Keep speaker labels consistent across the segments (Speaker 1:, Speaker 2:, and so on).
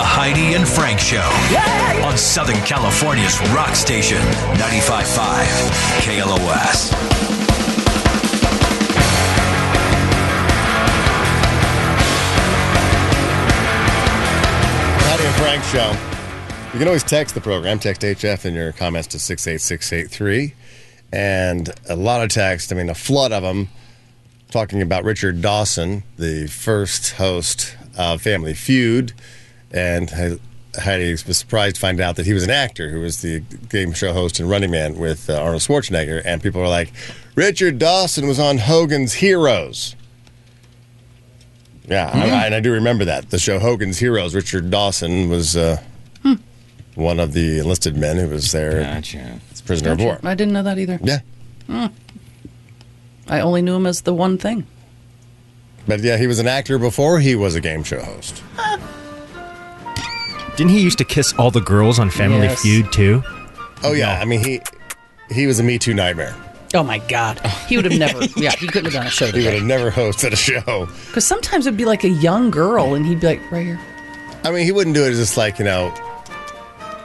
Speaker 1: Heidi and Frank Show on Southern California's rock station, 95.5 KLOS.
Speaker 2: Patty and Frank Show. You can always text the program, text HF in your comments to 68683. And a lot of texts, I mean, a flood of them, talking about Richard Dawson, the first host of Family Feud. And He- Heidi was surprised to find out that he was an actor who was the game show host and Running Man with uh, Arnold Schwarzenegger. And people were like, Richard Dawson was on Hogan's Heroes. Yeah,
Speaker 3: Mm-hmm.
Speaker 2: I, I- and I do remember that. The show Hogan's Heroes, Richard Dawson was uh,
Speaker 3: Hmm.
Speaker 2: one of the enlisted men who was there
Speaker 3: Gotcha.
Speaker 2: as prisoner of war.
Speaker 4: I didn't know that either.
Speaker 2: Yeah.
Speaker 4: I only knew him as the one thing.
Speaker 2: But yeah, he was an actor before he was a game show host.
Speaker 5: Didn't he used to kiss all the girls on Family
Speaker 3: Yes.
Speaker 5: Feud too?
Speaker 2: Oh yeah, I mean he he was a Me Too nightmare.
Speaker 4: Oh my God. He would have never, yeah, he couldn't have done a show
Speaker 2: He would
Speaker 4: today.
Speaker 2: have never hosted a show.
Speaker 4: Because sometimes it'd be like a young girl and he'd be like, right here.
Speaker 2: I mean, he wouldn't do it just like you know,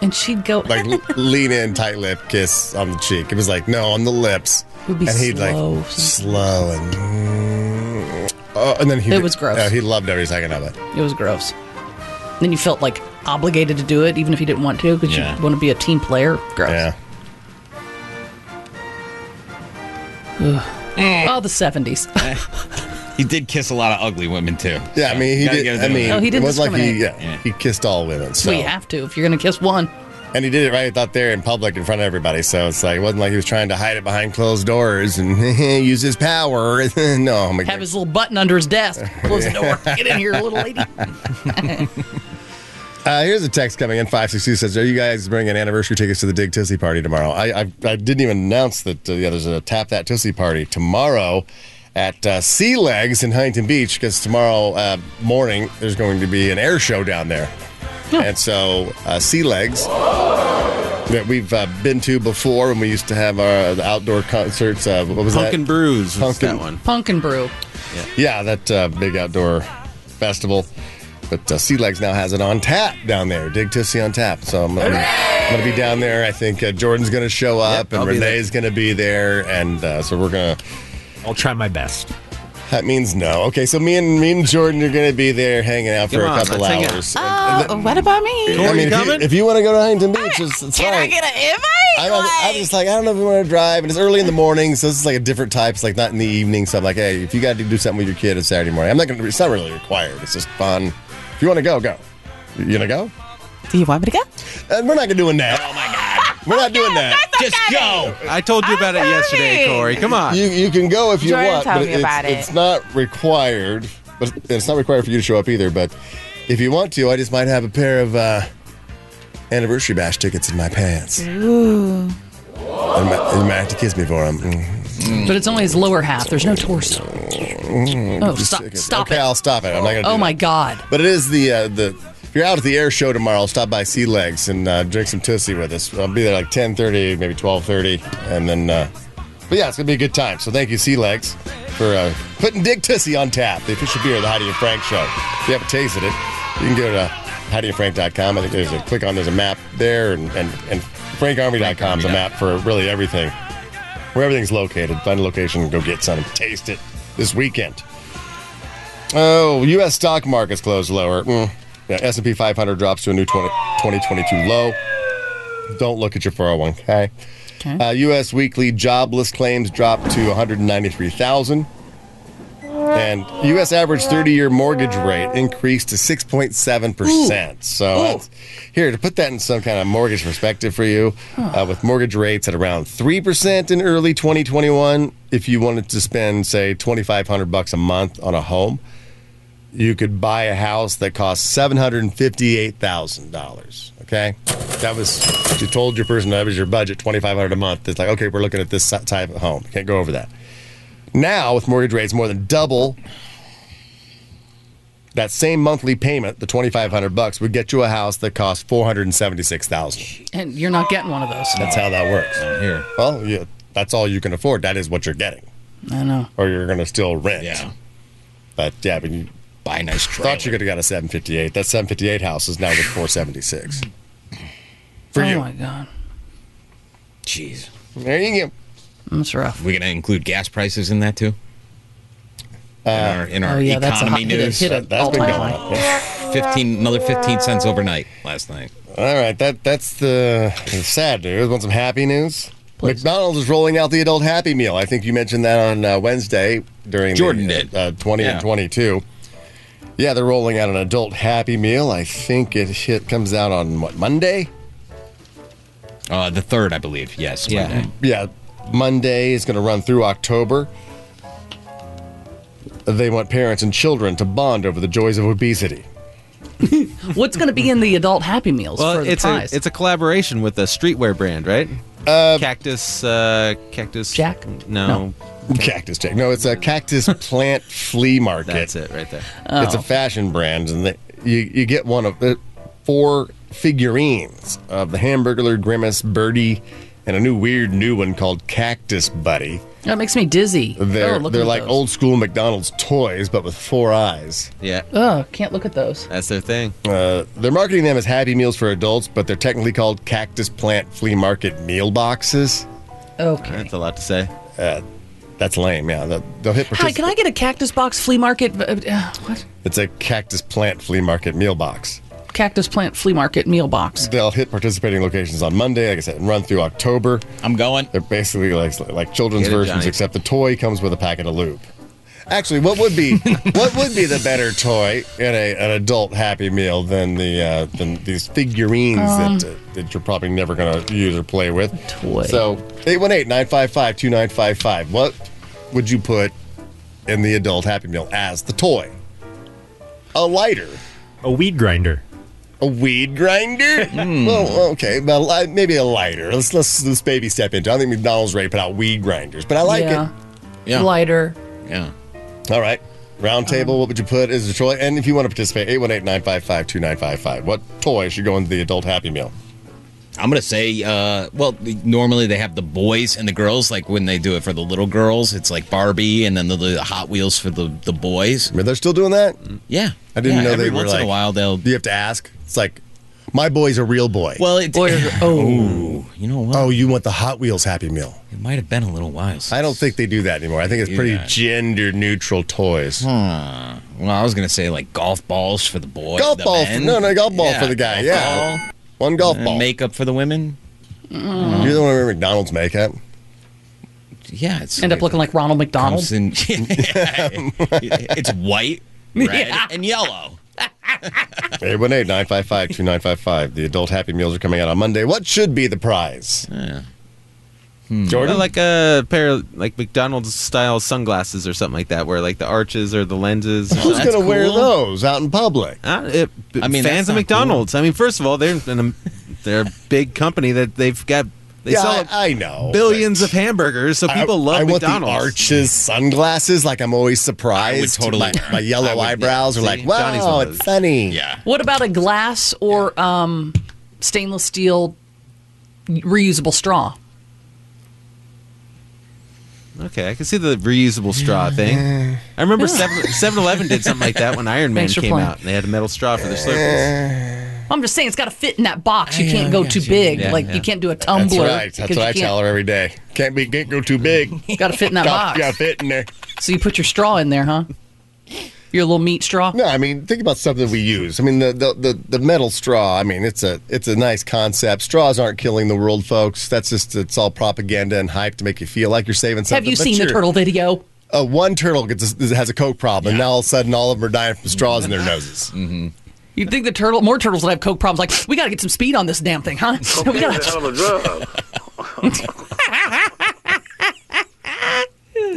Speaker 4: And she'd go,
Speaker 2: like lean in, tight lip, kiss on the cheek. It was like no on the lips,
Speaker 4: It would be
Speaker 2: and he'd
Speaker 4: slow
Speaker 2: like
Speaker 4: sometimes.
Speaker 2: slow and. mm, Oh, and then he
Speaker 4: It was gross.
Speaker 2: Oh, he loved every second of it.
Speaker 4: it was gross. Then you felt like obligated to do it, even if you didn't want to, because
Speaker 3: Yeah.
Speaker 4: you want to be a team player. Gross.
Speaker 2: Yeah.
Speaker 4: Oh, the 70s.
Speaker 3: He did kiss a lot of ugly women too.
Speaker 2: Yeah, I mean, he
Speaker 3: Gotta give
Speaker 2: did. I
Speaker 3: them
Speaker 2: mean,
Speaker 3: that.
Speaker 4: Oh, he
Speaker 2: it
Speaker 4: didn't
Speaker 2: was like he, yeah,
Speaker 4: discriminate.
Speaker 3: Yeah.
Speaker 2: he kissed all women. So,
Speaker 4: We have to if you're going to kiss one.
Speaker 2: and he did it right out there in public in front of everybody. So it's like it wasn't like he was trying to hide it behind closed doors and use his power. no, I'm like,
Speaker 4: Have his little button under his desk. Close the door. Get in here, little lady.
Speaker 2: uh, here's a text coming in. Five six two says, "Are you guys bringing anniversary tickets to the Dig Tootsie Party tomorrow?" I I, I didn't even announce that. Uh, yeah, there's a tap that Tootsie Party tomorrow. At uh, Sea Legs in Huntington Beach, because tomorrow uh, morning there's going to be an air show down there. And so, uh, Sea Legs that we've uh, been to before, and we used to have our uh, the outdoor concerts. Uh, what was
Speaker 6: Pumpkin
Speaker 2: that?
Speaker 6: Brews was
Speaker 2: Pumpkin-
Speaker 6: that one.
Speaker 4: Pumpkin brew.
Speaker 2: Yeah, that uh, big outdoor festival. But uh, Sea Legs now has it on tap down there. Dig Tootsie on tap. So I'm, I'm, I'm going to be down there. I think uh, Jordan's going to show up
Speaker 6: I'll
Speaker 2: and
Speaker 6: be
Speaker 2: Renee's going to be there. And uh, so we're going to.
Speaker 5: I'll try my best.
Speaker 2: That means no. Okay, so me and me and Jordan are going to be there hanging out for
Speaker 6: Come on,
Speaker 2: a couple
Speaker 6: let's hang out.
Speaker 2: hours.
Speaker 7: Oh, what about me?
Speaker 2: I mean,
Speaker 6: Jordan
Speaker 2: if you,
Speaker 6: coming?
Speaker 2: if you want to go to Huntington Beach, it's, it's
Speaker 7: Can I
Speaker 2: fine.
Speaker 7: get an invite?
Speaker 2: I don't, I'm just like, I don't know if we want to drive. And it's early in the morning, so this is like a different type. It's like not in the evening. So I'm like, hey, if you got to do something with your kid on Saturday morning, I'm not going to, it's not really required. It's just fun. If you want to go, go. You going to go?
Speaker 7: Do you want me to go?
Speaker 2: And we're not gonna doing that. Oh my God. We're not doing that.
Speaker 3: Just go.
Speaker 6: I told you about it yesterday,
Speaker 7: coming.
Speaker 6: Corey. Come on.
Speaker 2: You, you can go if you
Speaker 7: Jordan
Speaker 2: want,
Speaker 7: told
Speaker 2: but
Speaker 7: me
Speaker 2: it's,
Speaker 7: about it.
Speaker 2: it's not required. But and it's not required for you to show up either. But if you want to, I just might have a pair of uh, anniversary bash tickets in my pants. Ooh. And you might- you might have to kiss me for Mm. them.
Speaker 4: But it's only his lower half. There's no torso. Oh, stop. Stop
Speaker 2: Mm. okay,
Speaker 4: it.
Speaker 2: I'll stop it. I'm not gonna.
Speaker 4: Oh,
Speaker 2: do
Speaker 4: my
Speaker 2: that.
Speaker 4: God.
Speaker 2: But it is the uh, the. If you're out at the air show tomorrow, stop by Sea Legs and uh, drink some tootsie with us. I'll be there like 10:30, maybe 12:30, and then. Uh, but yeah, it's gonna be a good time. So thank you, Sea Legs, for uh, putting Dick Tootsie on tap, the official beer of the Heidi and Frank show. If you haven't tasted it, you can go to HeidiandFrank.com. I think there's a click on there's a map there, and and, and FrankArmy.com is a map for really everything, where everything's located. Find a location, and go get some, taste it this weekend. Oh, U.S. stock markets closed lower. Mm. Yeah, S&P 500 drops to a new 20, 2022 low. Don't look at your 401k. Uh, U.S. weekly jobless claims dropped to 193,000. And U.S. average 30-year mortgage rate increased to 6.7 percent. So that's, here to put that in some kind of mortgage perspective for you, uh, with mortgage rates at around three percent in early 2021, if you wanted to spend say 2,500 bucks a month on a home, you could buy a house that cost seven hundred and fifty-eight thousand dollars. Okay, that was you told your person that was your budget twenty-five hundred a month. It's like okay, we're looking at this type of home. Can't go over that. Now with mortgage rates more than double, that same monthly payment, the twenty-five hundred bucks, would get you a house that costs four hundred and seventy-six thousand.
Speaker 4: And you're not getting one of those.
Speaker 2: That's how that works.
Speaker 3: Here.
Speaker 2: Well, yeah, that's all you can afford. That is what you're getting,
Speaker 4: I know.
Speaker 2: or you're going to still rent.
Speaker 3: Yeah.
Speaker 2: But yeah, but you,
Speaker 3: Buy a nice trailer.
Speaker 2: Thought you could have got a 758. That 758 house is now worth 476. For
Speaker 4: oh
Speaker 2: you.
Speaker 4: my god,
Speaker 3: Jeez.
Speaker 2: There you go.
Speaker 4: that's rough.
Speaker 3: We gonna include gas prices in that too?
Speaker 2: Uh,
Speaker 3: in our, in our
Speaker 4: Oh yeah, that's a hot
Speaker 3: economy
Speaker 4: hit. It
Speaker 3: news,
Speaker 4: hit
Speaker 2: That-
Speaker 4: an
Speaker 2: that's been
Speaker 4: all-time
Speaker 2: going
Speaker 4: high.
Speaker 2: up. yeah.
Speaker 3: fifteen another fifteen cents overnight last night.
Speaker 2: All right, that that's the sad news. Want some happy news? McDonald's is rolling out the adult Happy Meal. I think you mentioned that on uh, Wednesday during
Speaker 3: Jordan
Speaker 2: the,
Speaker 3: did.
Speaker 2: Uh, 20 and
Speaker 3: Yeah.
Speaker 2: 22. Yeah, they're rolling out an adult Happy Meal. I think it hit, comes out on what Monday.
Speaker 3: Uh, the third, I believe. Yes.
Speaker 6: Yeah.
Speaker 4: eh,
Speaker 3: Monday.
Speaker 2: yeah, Monday is going to run through October. They want parents and children to bond over the joys of obesity.
Speaker 4: What's going to be in the adult Happy Meals
Speaker 6: Well,
Speaker 4: for the
Speaker 6: it's a
Speaker 4: prize?
Speaker 6: it's a collaboration with a streetwear brand, right? Uh, cactus, uh, cactus
Speaker 4: Jack?
Speaker 6: No,
Speaker 2: Cactus Jack. No, it's a cactus plant flea market.
Speaker 6: that's it right there.
Speaker 2: It's a fashion brand, and they, you you get one of the four figurines of the Hamburglar, Grimace, Birdie, and a new weird new one called Cactus Buddy.
Speaker 4: that makes me dizzy.
Speaker 2: They're
Speaker 4: oh, look
Speaker 2: they're
Speaker 4: at
Speaker 2: like
Speaker 4: those.
Speaker 2: old school McDonald's toys, but with four eyes.
Speaker 6: Yeah,
Speaker 4: Oh, can't look at those.
Speaker 6: that's their thing.
Speaker 2: Uh, they're marketing them as Happy Meals for adults, but they're technically called Cactus Plant Flea Market Meal Boxes.
Speaker 4: Okay.
Speaker 6: That's a lot to say.
Speaker 2: That's lame. Yeah, they'll, they'll hit.
Speaker 4: Hi, can I get a cactus box flea market? uh, Uh, what?
Speaker 2: It's a Cactus Plant Flea Market Meal Box.
Speaker 4: Cactus plant flea market meal box.
Speaker 2: They'll hit participating locations on Monday, like I said, and run through October.
Speaker 3: I'm going.
Speaker 2: They're basically like like children's
Speaker 6: Get it,
Speaker 2: versions,
Speaker 6: Johnny.
Speaker 2: except the toy comes with a packet of lube. Actually, what would be what would be the better toy in a, an adult Happy Meal than the uh, than these figurines that uh, that you're probably never going to use or play with?
Speaker 4: Toy.
Speaker 2: So 818-955-2955. What would you put in the adult Happy Meal as the toy? A lighter.
Speaker 5: A weed grinder.
Speaker 2: A weed grinder?
Speaker 3: Hmm.
Speaker 2: Well, okay, but li- maybe a lighter. Let's let's let's baby step into. it. I think McDonald's ready to put out weed grinders, but I like
Speaker 4: yeah.
Speaker 3: Yeah.
Speaker 4: Lighter.
Speaker 3: Yeah.
Speaker 2: it. All right, round
Speaker 3: Um,
Speaker 2: table. What would you put as a toy? And if you want to participate, 818-955-2955. What toy should go into the adult Happy Meal?
Speaker 3: I'm gonna say, uh, well, the- normally they have the boys and the girls. Like when they do it for the little girls, it's like Barbie, and then the, the Hot Wheels for the, the boys.
Speaker 2: I mean, they're still doing that.
Speaker 3: Yeah,
Speaker 2: I didn't
Speaker 3: Yeah,
Speaker 2: know
Speaker 3: every
Speaker 2: they were
Speaker 3: once in
Speaker 2: like-
Speaker 3: a while they'll.
Speaker 2: You have to ask. It's like my boy's a real boy.
Speaker 3: Well, it,
Speaker 4: Boy or girl. Oh.
Speaker 3: Ooh, you know what?
Speaker 2: oh, you want the Hot Wheels Happy Meal?
Speaker 3: It might have been a little while. Since.
Speaker 2: I don't think they do that anymore. I think it's
Speaker 3: Do
Speaker 2: pretty
Speaker 3: that.
Speaker 2: gender neutral toys.
Speaker 3: Huh. Well, I was gonna say like golf balls for the boys.
Speaker 2: Golf
Speaker 3: the
Speaker 2: balls for-
Speaker 3: men.
Speaker 2: no, no, golf ball for the guy,
Speaker 3: golf
Speaker 2: yeah.
Speaker 3: ball,
Speaker 2: One golf
Speaker 3: and
Speaker 2: ball.
Speaker 3: makeup for the women.
Speaker 2: You're the one who McDonald's makeup.
Speaker 3: Yeah, it's
Speaker 4: End up looking like Ronald McDonald.
Speaker 3: comes in- it's white, red,
Speaker 4: Yeah.
Speaker 3: and yellow.
Speaker 2: 818 955 2955. The adult happy meals are coming out on Monday. What should be the prize?
Speaker 6: Oh,
Speaker 3: Yeah.
Speaker 6: Or uh, like a pair of like McDonald's style sunglasses or something like that, where like the arches or the lenses. Or
Speaker 2: Who's
Speaker 6: something.
Speaker 2: going to wear
Speaker 3: cool.
Speaker 2: those out in public?
Speaker 6: Uh, it,
Speaker 3: I mean, that's
Speaker 6: fans of
Speaker 3: not cool.
Speaker 6: McDonald's. I mean, first of all, they're an, they're a big company that they've got. They
Speaker 2: yeah,
Speaker 6: sell
Speaker 2: I, I know.
Speaker 6: billions
Speaker 2: but
Speaker 6: of hamburgers, so
Speaker 2: I-
Speaker 6: people love
Speaker 2: I want
Speaker 6: McDonald's.
Speaker 2: the arches sunglasses. Like, I'm always surprised.
Speaker 3: I would totally
Speaker 2: My,
Speaker 3: wear 'em.
Speaker 2: my yellow
Speaker 6: I would, yeah.
Speaker 2: eyebrows are
Speaker 6: See,
Speaker 2: like,
Speaker 6: Johnny's one
Speaker 2: wow,
Speaker 6: of
Speaker 2: it's
Speaker 6: those.
Speaker 2: sunny.
Speaker 3: Yeah.
Speaker 4: What about a glass or um, stainless steel reusable straw?
Speaker 6: Okay, I can see the reusable straw thing. I remember Seven Seven Eleven did something like that when Iron Man
Speaker 4: Thanks for
Speaker 6: came
Speaker 4: playing.
Speaker 6: out, and they had a metal straw for their slurpees.
Speaker 4: I'm just saying it's got to fit in that box. You
Speaker 3: Yeah,
Speaker 4: can't go
Speaker 3: yeah,
Speaker 4: too
Speaker 3: yeah,
Speaker 4: big.
Speaker 6: yeah,
Speaker 4: like
Speaker 6: yeah.
Speaker 4: you can't do a
Speaker 2: That's
Speaker 4: tumbler.
Speaker 2: right. That's what I tell her every day. Can't be, can't go too big.
Speaker 4: Got to fit in that
Speaker 2: Got
Speaker 4: box.
Speaker 2: to fit in there.
Speaker 4: So you put your straw in there, huh? Your little meat straw.
Speaker 2: No, I mean, think about something we use. I mean, the, the the the metal straw. I mean, it's a it's a nice concept. Straws aren't killing the world, folks. That's just it's all propaganda and hype to make you feel like you're saving something.
Speaker 4: Have you
Speaker 2: But
Speaker 4: seen the
Speaker 2: sure,
Speaker 4: turtle video?
Speaker 2: Uh, one turtle gets a, has a coke problem, and now all of a sudden, all of them are dying from straws in their noses.
Speaker 4: You'd think the turtle, more turtles that have coke problems, like we got to get some speed on this damn thing, huh? we
Speaker 8: It's
Speaker 4: gotta,
Speaker 8: a hell of a drug.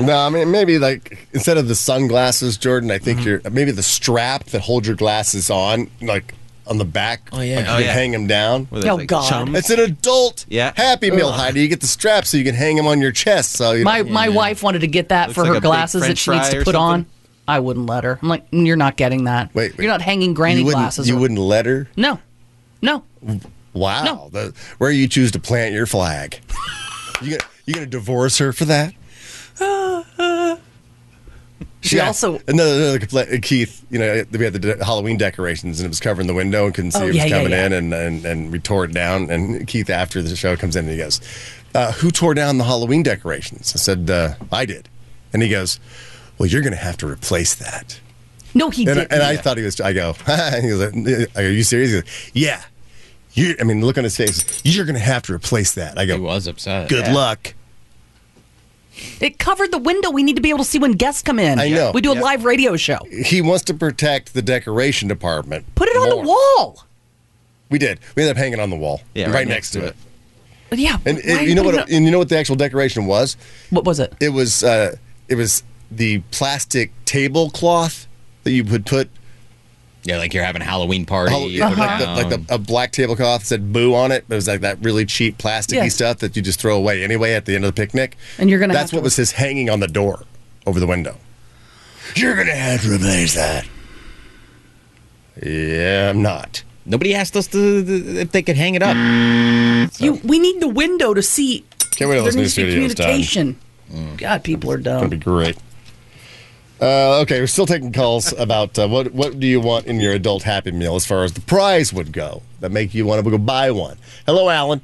Speaker 2: No, I mean maybe like instead of the sunglasses, Jordan. I think you're maybe the strap that holds your glasses on, like on the back.
Speaker 3: Oh, yeah.
Speaker 2: like, you
Speaker 3: Oh,
Speaker 2: can
Speaker 6: yeah.
Speaker 2: hang them down.
Speaker 6: Where
Speaker 4: Oh,
Speaker 6: there's, like,
Speaker 4: God.
Speaker 6: chum.
Speaker 2: It's an adult
Speaker 6: Yeah.
Speaker 2: Happy Meal, Heidi. You get the strap so you can hang them on your chest. So you
Speaker 4: my my wife wanted to get that
Speaker 6: Looks
Speaker 4: for
Speaker 6: like
Speaker 4: her
Speaker 6: a big
Speaker 4: glasses that
Speaker 6: french
Speaker 4: she needs
Speaker 6: fry
Speaker 4: to
Speaker 6: or
Speaker 4: put on.
Speaker 6: something.
Speaker 4: I wouldn't let her. I'm like, "Mm, you're not getting that.
Speaker 2: Wait, wait.
Speaker 4: You're not hanging granny
Speaker 2: you wouldn't,
Speaker 4: glasses.
Speaker 2: You
Speaker 4: or-
Speaker 2: wouldn't let her.
Speaker 4: No, no.
Speaker 2: Wow,
Speaker 4: No.
Speaker 2: the, where you choose to plant your flag. you gonna, you gonna divorce her for that?
Speaker 4: She also
Speaker 2: another, another compla- uh, Keith. You know, we had the de- Halloween decorations, and it was covering the window, and couldn't see
Speaker 4: Oh,
Speaker 2: it was
Speaker 4: yeah, yeah,
Speaker 2: coming
Speaker 4: yeah.
Speaker 2: in, and, and and we tore it down. And Keith, after the show, comes in and he goes, uh, "Who tore down the Halloween decorations?" I said, uh, "I did," and he goes, "Well, you're going to have to replace that."
Speaker 4: no, he
Speaker 2: And,
Speaker 4: did.
Speaker 2: I- and I thought he was. I go. and he was like, "Are you serious?" He goes, "Yeah." You, I mean, look on his face. You're going to have to replace that. I
Speaker 3: He
Speaker 2: go.
Speaker 3: was upset.
Speaker 2: Good
Speaker 3: Yeah.
Speaker 2: luck.
Speaker 4: it covered the window. We need to be able to see when guests come in.
Speaker 2: I know.
Speaker 4: We do a live radio show.
Speaker 2: He wants to protect the decoration department.
Speaker 4: Put it on the
Speaker 2: more.
Speaker 4: wall.
Speaker 2: We did. We ended up hanging on the wall.
Speaker 6: Yeah,
Speaker 2: right,
Speaker 6: right
Speaker 2: next, to it.
Speaker 4: But yeah.
Speaker 2: And
Speaker 4: why
Speaker 2: it- you know what?
Speaker 4: put it on-
Speaker 2: And you know what the actual decoration was?
Speaker 4: What was it?
Speaker 2: It was uh, it was the plastic tablecloth that you would put
Speaker 3: Yeah, like you're having a Halloween party. you put
Speaker 2: Uh-huh. like, the,
Speaker 3: down.
Speaker 2: like the, a black tablecloth that said "boo" on it. It was like that really cheap plasticky
Speaker 4: Yes.
Speaker 2: stuff that you just throw away anyway at the end of the picnic.
Speaker 4: And you're gonna
Speaker 2: That's
Speaker 4: have to-
Speaker 2: what was his hanging on the door over the window. You're gonna have to replace that. Yeah, I'm not.
Speaker 3: Nobody asked us to, to- if they could hang it up.
Speaker 4: You, we need the window to see.
Speaker 2: Can't wait till
Speaker 4: there
Speaker 2: this new
Speaker 4: needs to be
Speaker 2: studio's done. Mm.
Speaker 4: communication. God, people are dumb.
Speaker 2: That'd be great. Uh, okay, we're still taking calls about uh, what what do you want in your adult Happy Meal as far as the prize would go that make you want to go buy one. Hello, Alan.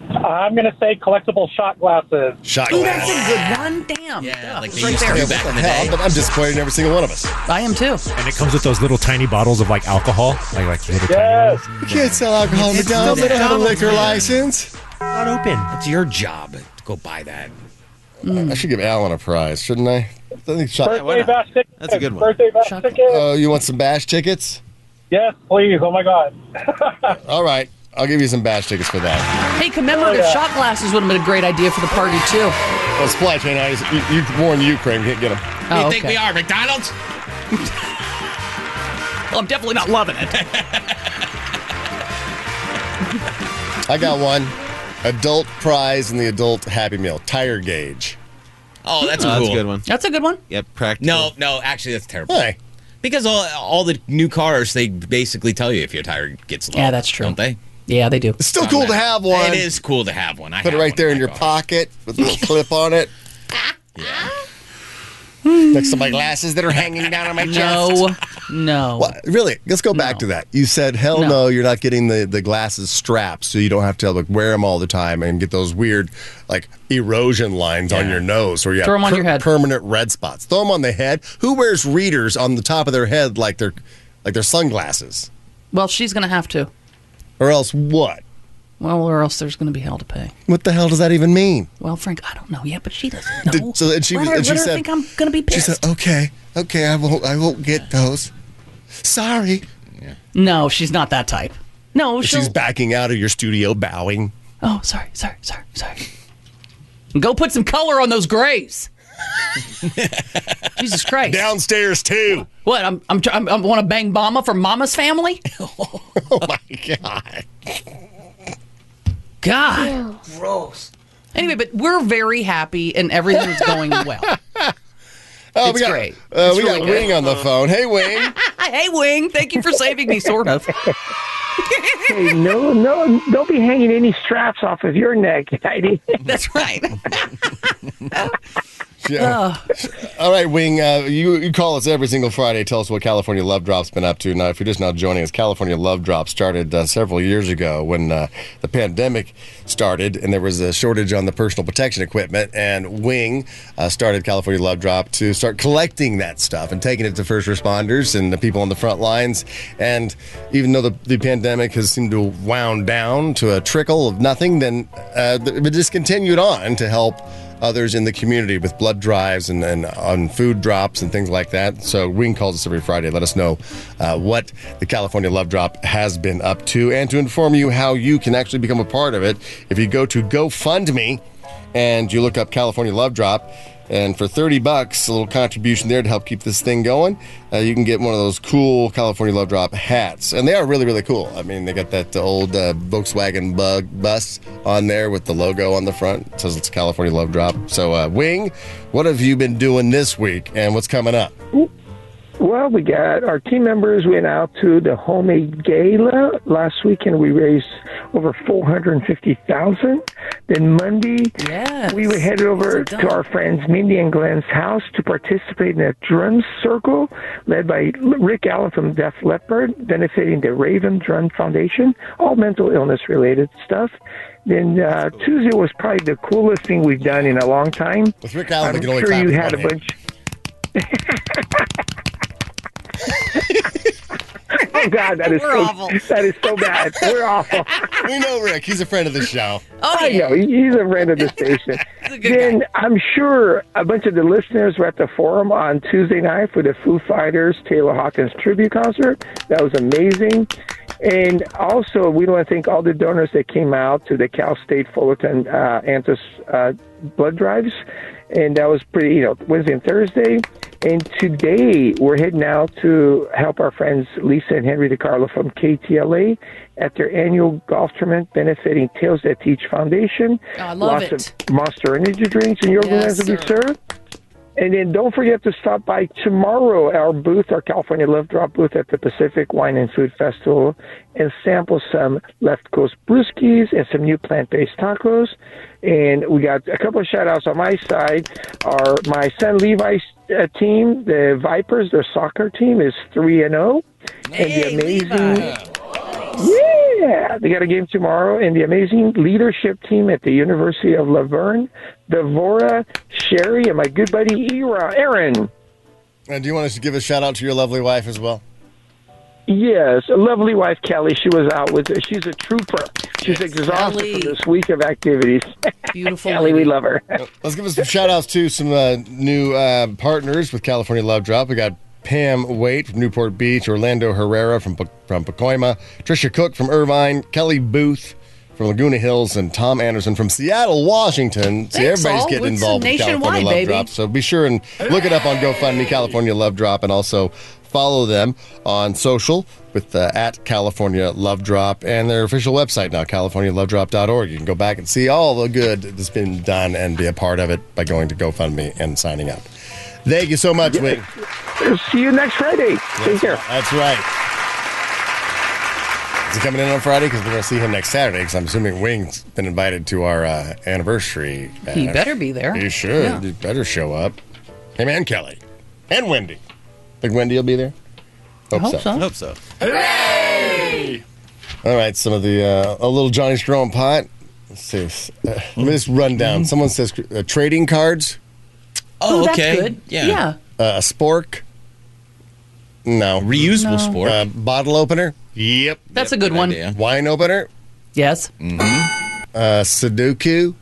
Speaker 8: I'm going to say collectible shot glasses.
Speaker 2: Shot
Speaker 4: Ooh,
Speaker 2: glass.
Speaker 4: that's a good one. Damn. Yeah,
Speaker 3: like
Speaker 4: it's
Speaker 3: they
Speaker 4: right
Speaker 3: used to
Speaker 4: there.
Speaker 2: Yeah,
Speaker 3: back
Speaker 2: what
Speaker 3: in
Speaker 2: the
Speaker 3: the
Speaker 2: hell?
Speaker 3: day.
Speaker 2: But I'm disappointed in every single one of us.
Speaker 4: I am too.
Speaker 5: And it comes with those little tiny bottles of like alcohol, like like little
Speaker 8: Yes.
Speaker 5: tiny
Speaker 2: You can't sell alcohol in
Speaker 3: It's McDonald's.
Speaker 2: They don't have a
Speaker 3: McDonald's,
Speaker 2: liquor
Speaker 3: man.
Speaker 2: license.
Speaker 5: not open.
Speaker 3: It's your job to go buy that.
Speaker 2: I should give Alan a prize, shouldn't I? I think shot.
Speaker 6: why
Speaker 8: Birthday
Speaker 6: not?
Speaker 8: bash tickets.
Speaker 6: That's a good one.
Speaker 8: Birthday bash
Speaker 4: Shot-
Speaker 8: tickets.
Speaker 2: Oh, you want some bash tickets?
Speaker 8: yes, please. Oh my God.
Speaker 2: All right, I'll give you some bash tickets for that.
Speaker 4: Hey,
Speaker 2: Oh,
Speaker 4: commemorative shot glasses would have been a great idea for the party too.
Speaker 2: Well, supply chain items. You, you warned Ukraine, can't get them.
Speaker 3: you
Speaker 4: Oh,
Speaker 3: think
Speaker 4: okay.
Speaker 3: we are McDonald's?
Speaker 4: Well, I'm definitely not loving it.
Speaker 2: I got one. Adult prize in the adult Happy Meal. Tire gauge.
Speaker 3: Oh, that's
Speaker 6: Oh,
Speaker 3: cool.
Speaker 6: That's a good one.
Speaker 4: That's a good one.
Speaker 6: Yep, practical.
Speaker 3: No, no, actually, that's terrible.
Speaker 2: Why?
Speaker 3: Because all, all the new cars, they basically tell you if your tire gets low.
Speaker 4: Yeah, that's true.
Speaker 3: Don't they?
Speaker 4: Yeah, they do.
Speaker 2: It's still cool to have one.
Speaker 3: It is cool to have one. I
Speaker 2: Put it
Speaker 3: have
Speaker 2: right
Speaker 3: one
Speaker 2: there in
Speaker 3: my
Speaker 2: your
Speaker 3: car.
Speaker 2: pocket with a little clip on it.
Speaker 3: Uh-huh.
Speaker 2: Yeah. Next to my glasses that are hanging down on my chest.
Speaker 4: No, no.
Speaker 2: What? Really? Let's go back
Speaker 4: No.
Speaker 2: to that. You said, hell no.
Speaker 4: No.
Speaker 2: you're not getting the, the glasses strapped so you don't have to like wear them all the time and get those weird like erosion lines on your nose or you
Speaker 4: Throw
Speaker 2: have
Speaker 4: 'em on your head.
Speaker 2: permanent red spots. Throw them on the head. Who wears readers on the top of their head like they're like their sunglasses?
Speaker 4: Well, she's gonna have to.
Speaker 2: Or else what?
Speaker 4: Well, or else there's gonna be hell to pay.
Speaker 2: What the hell does that even mean?
Speaker 4: Well, Frank, I don't know yet, but she doesn't know.
Speaker 2: Did- so- and she
Speaker 4: let
Speaker 2: was-
Speaker 4: her,
Speaker 2: and she
Speaker 4: let her
Speaker 2: said-
Speaker 4: think I'm gonna be
Speaker 2: She
Speaker 4: pissed.
Speaker 2: said, "Uh-" "Okay, okay, I won't, I won't get those. Sorry."
Speaker 4: no, she's not that type. No, she'll,
Speaker 2: She's backing out of your studio, bowing.
Speaker 4: Oh, sorry, sorry, sorry, sorry. Go put some color on those grays. Jesus Christ!
Speaker 2: Downstairs too.
Speaker 4: What? I'm I'm, tr- I'm I want to bang Mama from Mama's family.
Speaker 2: Oh my god.
Speaker 4: God, gross. Anyway, but we're very happy and everything's going well.
Speaker 2: Oh,
Speaker 4: It's
Speaker 2: we got,
Speaker 4: great.
Speaker 2: Uh,
Speaker 4: It's
Speaker 2: we
Speaker 4: really
Speaker 2: got
Speaker 4: good.
Speaker 2: Wing on the phone. Hey, Wing.
Speaker 4: hey, Wing, thank you for saving me, sort of.
Speaker 9: Hey, no, no, don't be hanging any straps off of your neck, Heidi.
Speaker 4: That's right.
Speaker 2: Yeah.
Speaker 4: Oh,
Speaker 2: All right, Wing. Uh, you you call us every single Friday. Tell us what California Love Drop's been up to. Now, if you're just now joining us, California Love Drop started uh, several years ago when uh, the pandemic started and there was a shortage on the personal protection equipment. And Wing uh, started California Love Drop to start collecting that stuff and taking it to first responders and the people on the front lines. And even though the, the pandemic has seemed to have wound down to a trickle of nothing, then uh, th- it just continued on to help others in the community with blood drives and, and on food drops and things like that. So Wing calls us every Friday. Let us know uh, what the California Love Drop has been up to and to inform you how you can actually become a part of it. If you go to GoFundMe and you look up California Love Drop, and for 30 bucks, a little contribution there to help keep this thing going, uh, you can get one of those cool California Love Drop hats. And they are really, really cool. I mean, they got that old uh, Volkswagen bug bus on there with the logo on the front. It says it's California Love Drop. So, uh, Wing, what have you been doing this week and what's coming up?
Speaker 9: Well, we got our team members went out to the homemade gala last week, and we raised over 450,000. Then Monday,
Speaker 4: Yes.
Speaker 9: we were headed over
Speaker 4: Yes, it
Speaker 9: to our friends Mindy and Glenn's house to participate in a drum circle led by Rick Allen from Def Leppard, benefiting the Raven Drum Foundation, all mental illness related stuff. Then uh, Tuesday was probably the coolest thing we've done in a long time.
Speaker 2: With Rick Allen, they
Speaker 9: I'm
Speaker 2: can only
Speaker 9: sure
Speaker 2: clap
Speaker 9: you
Speaker 2: with
Speaker 9: had a
Speaker 2: one hand.
Speaker 9: bunch. oh God, that is
Speaker 4: We're
Speaker 9: so,
Speaker 4: awful.
Speaker 9: that is so bad. We're awful.
Speaker 2: We know Rick. He's a friend of the show.
Speaker 4: Oh,
Speaker 9: I
Speaker 4: yeah.
Speaker 9: know he- he's a friend of the station.
Speaker 4: a good
Speaker 9: then I'm sure a bunch of the listeners were at the forum on Tuesday night for the Foo Fighters Taylor Hawkins tribute concert. That was amazing. And also, we want to thank all the donors that came out to the Cal State Fullerton uh, Antis uh, blood drives, and that was pretty. You know, Wednesday and Thursday. And today we're heading out to help our friends Lisa and Henry DiCarlo from KTLA at their annual golf tournament benefiting Tales That Teach Foundation.
Speaker 4: Oh, I love
Speaker 9: Lots
Speaker 4: it.
Speaker 9: of monster energy drinks and yogurt
Speaker 4: Yes,
Speaker 9: yes, will be
Speaker 4: sir.
Speaker 9: served. And then don't forget to stop by tomorrow our booth, our California Love Drop booth at the Pacific Wine and Food Festival, and sample some Left Coast brewskis and some new plant-based tacos. And we got a couple of shout-outs on my side. Our my son Levi's uh, team, the Vipers, their soccer team is three and zero, and the amazing. Yeah, they got a game tomorrow, and the amazing leadership team at the University of Laverne, Devora, Sherry, and my good buddy Era, Aaron.
Speaker 2: And Uh, do you want us to give a shout out to your lovely wife as well?
Speaker 9: Yes, a lovely wife, Kelly. She was out with. She's a trooper. She's exhausted
Speaker 4: Kelly.
Speaker 9: from this week of activities.
Speaker 4: Beautiful.
Speaker 9: Kelly, we
Speaker 4: lady.
Speaker 9: love her.
Speaker 2: Let's give us some shout outs to some uh, new uh, partners with California Love Drop. We got Pam Waite from Newport Beach, Orlando Herrera from P- from Pacoima, Trisha Cook from Irvine, Kelly Booth from Laguna Hills, and Tom Anderson from Seattle, Washington. See,
Speaker 4: Thanks,
Speaker 2: everybody's
Speaker 4: all.
Speaker 2: getting
Speaker 4: It's
Speaker 2: involved with California
Speaker 4: nationwide,
Speaker 2: Love
Speaker 4: baby.
Speaker 2: Drop. So be sure and look it up on GoFundMe, California Love Drop, and also follow them on social with uh, at California Love Drop and their official website now, californialovedrop.org. You can go back and see all the good that's been done and be a part of it by going to GoFundMe and signing up. Thank you so much, Wing.
Speaker 9: See you next Friday. Take care.
Speaker 2: That's right. Is he coming in on Friday? Because we're going to see him next Saturday. Because I'm assuming Wing's been invited to our uh, anniversary. uh,
Speaker 4: He better be there.
Speaker 2: you should.
Speaker 4: Yeah.
Speaker 2: You better show up. Him and Kelly. And Wendy. Think Wendy will be there? Hope,
Speaker 4: hope so.
Speaker 6: Hope so.
Speaker 2: All right, some of the, uh, a little Johnny Strong pot. Let's see. if- Uh, let me just run
Speaker 4: Mm-hmm.
Speaker 2: down. Someone says uh, trading cards,
Speaker 3: Oh,
Speaker 4: that's
Speaker 3: okay.
Speaker 4: good.
Speaker 3: Yeah.
Speaker 4: Yeah.
Speaker 2: uh, a spork. No.
Speaker 3: Reusable sport.
Speaker 2: Uh, bottle opener. Yep.
Speaker 4: That's a good one.
Speaker 3: idea.
Speaker 2: Wine opener.
Speaker 4: Yes.
Speaker 2: Uh, Sudoku.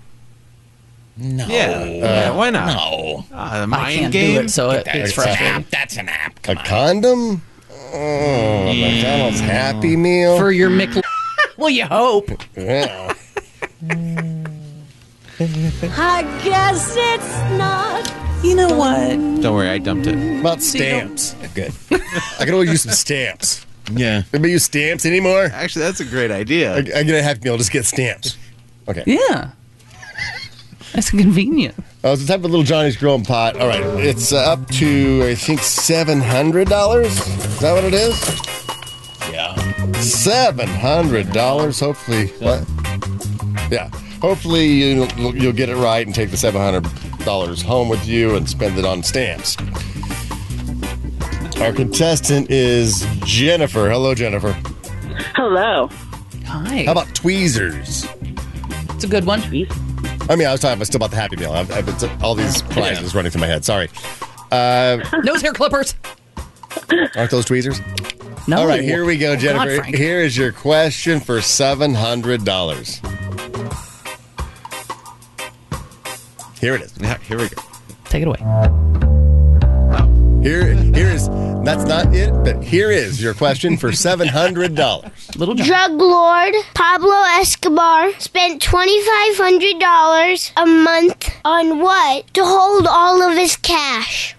Speaker 3: no.
Speaker 6: Yeah. yeah, why not?
Speaker 3: No.
Speaker 6: Ah, the
Speaker 4: I
Speaker 6: mind
Speaker 4: can't
Speaker 6: game.
Speaker 4: do it, so it, it's
Speaker 2: It's a-
Speaker 4: frustrating.
Speaker 3: That's an app.
Speaker 2: A condom. Oh, McDonald's Happy Meal.
Speaker 4: For your Mc. well, you hope.
Speaker 2: yeah.
Speaker 10: I guess it's not.
Speaker 7: You know what?
Speaker 6: Don't worry, I dumped it.
Speaker 2: About stamps. Good. I could always use some stamps.
Speaker 3: Yeah.
Speaker 2: Anybody use stamps anymore?
Speaker 6: Actually, that's a great
Speaker 2: I, I
Speaker 6: idea.
Speaker 2: get a happy meal. Just get stamps. Okay.
Speaker 4: Yeah. That's convenient.
Speaker 2: Uh, it's the type of little Johnny's growing pot. All right. It's uh, up to I think seven hundred dollars. Is that what it is? Yeah. Seven hundred dollars. Hopefully. What? Yeah. Hopefully you you'll get it right and take the seven hundred dollars home with you and spend it on stamps. Our contestant is Jennifer. Hello, Jennifer.
Speaker 10: Hello.
Speaker 4: Hi.
Speaker 2: How about tweezers?
Speaker 4: it's a good one.
Speaker 2: I mean, I was talking about still about the Happy Meal. I've, I've, it's all these prizes running through my head. Sorry. Uh,
Speaker 4: Nose hair clippers.
Speaker 2: aren't those tweezers?
Speaker 4: No.
Speaker 2: All right, here we go, Jennifer.
Speaker 4: Frank.
Speaker 2: here is your question for seven hundred dollars. Here it is.
Speaker 6: Yeah, here we go.
Speaker 4: Take it away.
Speaker 2: Here, here is. That's not it, but here is your question for seven hundred dollars.
Speaker 4: Little John.
Speaker 10: Drug lord Pablo Escobar spent $2,500 a month on what to hold all of his cash?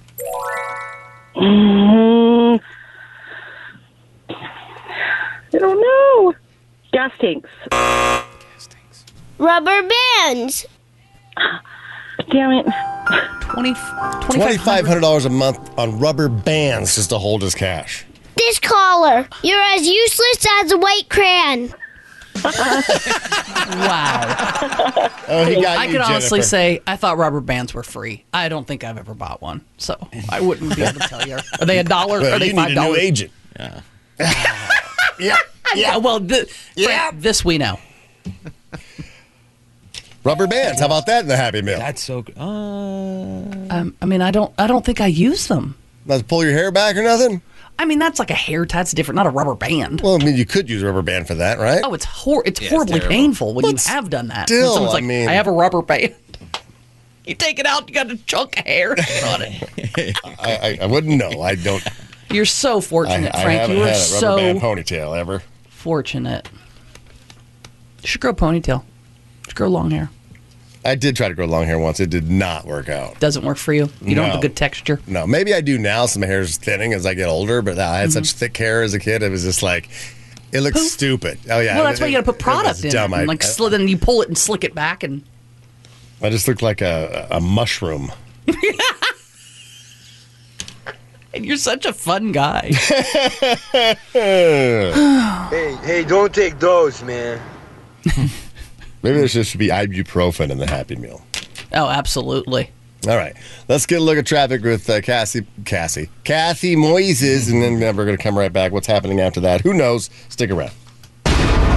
Speaker 11: I don't know. Gas tanks.
Speaker 10: Rubber bands.
Speaker 11: Damn it.
Speaker 4: 20,
Speaker 2: Twenty five
Speaker 4: 2500
Speaker 2: hundred dollars a month on rubber bands just to hold his cash.
Speaker 10: This collar. You're as useless as a white crayon.
Speaker 4: wow.
Speaker 2: Oh, he got
Speaker 4: I
Speaker 2: you,
Speaker 4: could honestly
Speaker 2: Jennifer.
Speaker 4: say I thought rubber bands were free. I don't think I've ever bought one, so I wouldn't be able to tell you. Are they a dollar?
Speaker 2: Well,
Speaker 4: are they
Speaker 2: you
Speaker 4: five
Speaker 2: need a new
Speaker 4: dollars?
Speaker 2: agent. yeah,
Speaker 4: yeah. Well, th- yeah. this we know.
Speaker 2: Rubber bands. How about that in the Happy Meal?
Speaker 3: That's so good.
Speaker 4: Um, I mean, I don't. I don't think I use them.
Speaker 2: Not to pull your hair back or nothing.
Speaker 4: I mean, that's like a hair tie. It's different, not a rubber band.
Speaker 2: Well, I mean, you could use a rubber band for that, right?
Speaker 4: Oh, it's hor- It's
Speaker 2: Yeah, it's
Speaker 4: horribly
Speaker 2: terrible.
Speaker 4: painful when
Speaker 2: But
Speaker 4: you have done that.
Speaker 2: still,
Speaker 4: When someone's
Speaker 2: I
Speaker 4: like,
Speaker 2: mean-
Speaker 4: I have a rubber band. You take it out. You got a chunk of hair on it.
Speaker 2: I, I, I wouldn't know. I don't.
Speaker 4: You're so
Speaker 2: I,
Speaker 4: fortunate,
Speaker 2: I
Speaker 4: Frank.
Speaker 2: haven't
Speaker 4: You are
Speaker 2: had a rubber band
Speaker 4: so
Speaker 2: ponytail ever.
Speaker 4: fortunate. You should grow a ponytail. You should grow long hair.
Speaker 2: I did try to grow long hair once. It did not work out.
Speaker 4: Doesn't work for you. You don't have a
Speaker 2: No.
Speaker 4: good texture.
Speaker 2: No, maybe I do now. Some hair's thinning as I get older, but I had such thick hair as a kid. It was just like, it looks
Speaker 4: Poof.
Speaker 2: stupid. Oh yeah.
Speaker 4: well, that's
Speaker 2: it-
Speaker 4: why you got to
Speaker 2: it-
Speaker 4: put product
Speaker 2: was
Speaker 4: in
Speaker 2: dumb.
Speaker 4: it. And
Speaker 2: I-
Speaker 4: like,
Speaker 2: I-
Speaker 4: sl- then you pull it and slick it back, and
Speaker 2: I just looked like a, a mushroom.
Speaker 4: and you're such a fun guy.
Speaker 12: hey, hey, don't take those, man.
Speaker 2: Maybe there should should be ibuprofen in the Happy Meal.
Speaker 4: Oh, absolutely.
Speaker 2: All right, let's get a look at traffic with uh, Cassie, Cassie, Kathy Moises, and then uh, we're going to come right back. What's happening after that? Who knows? Stick around.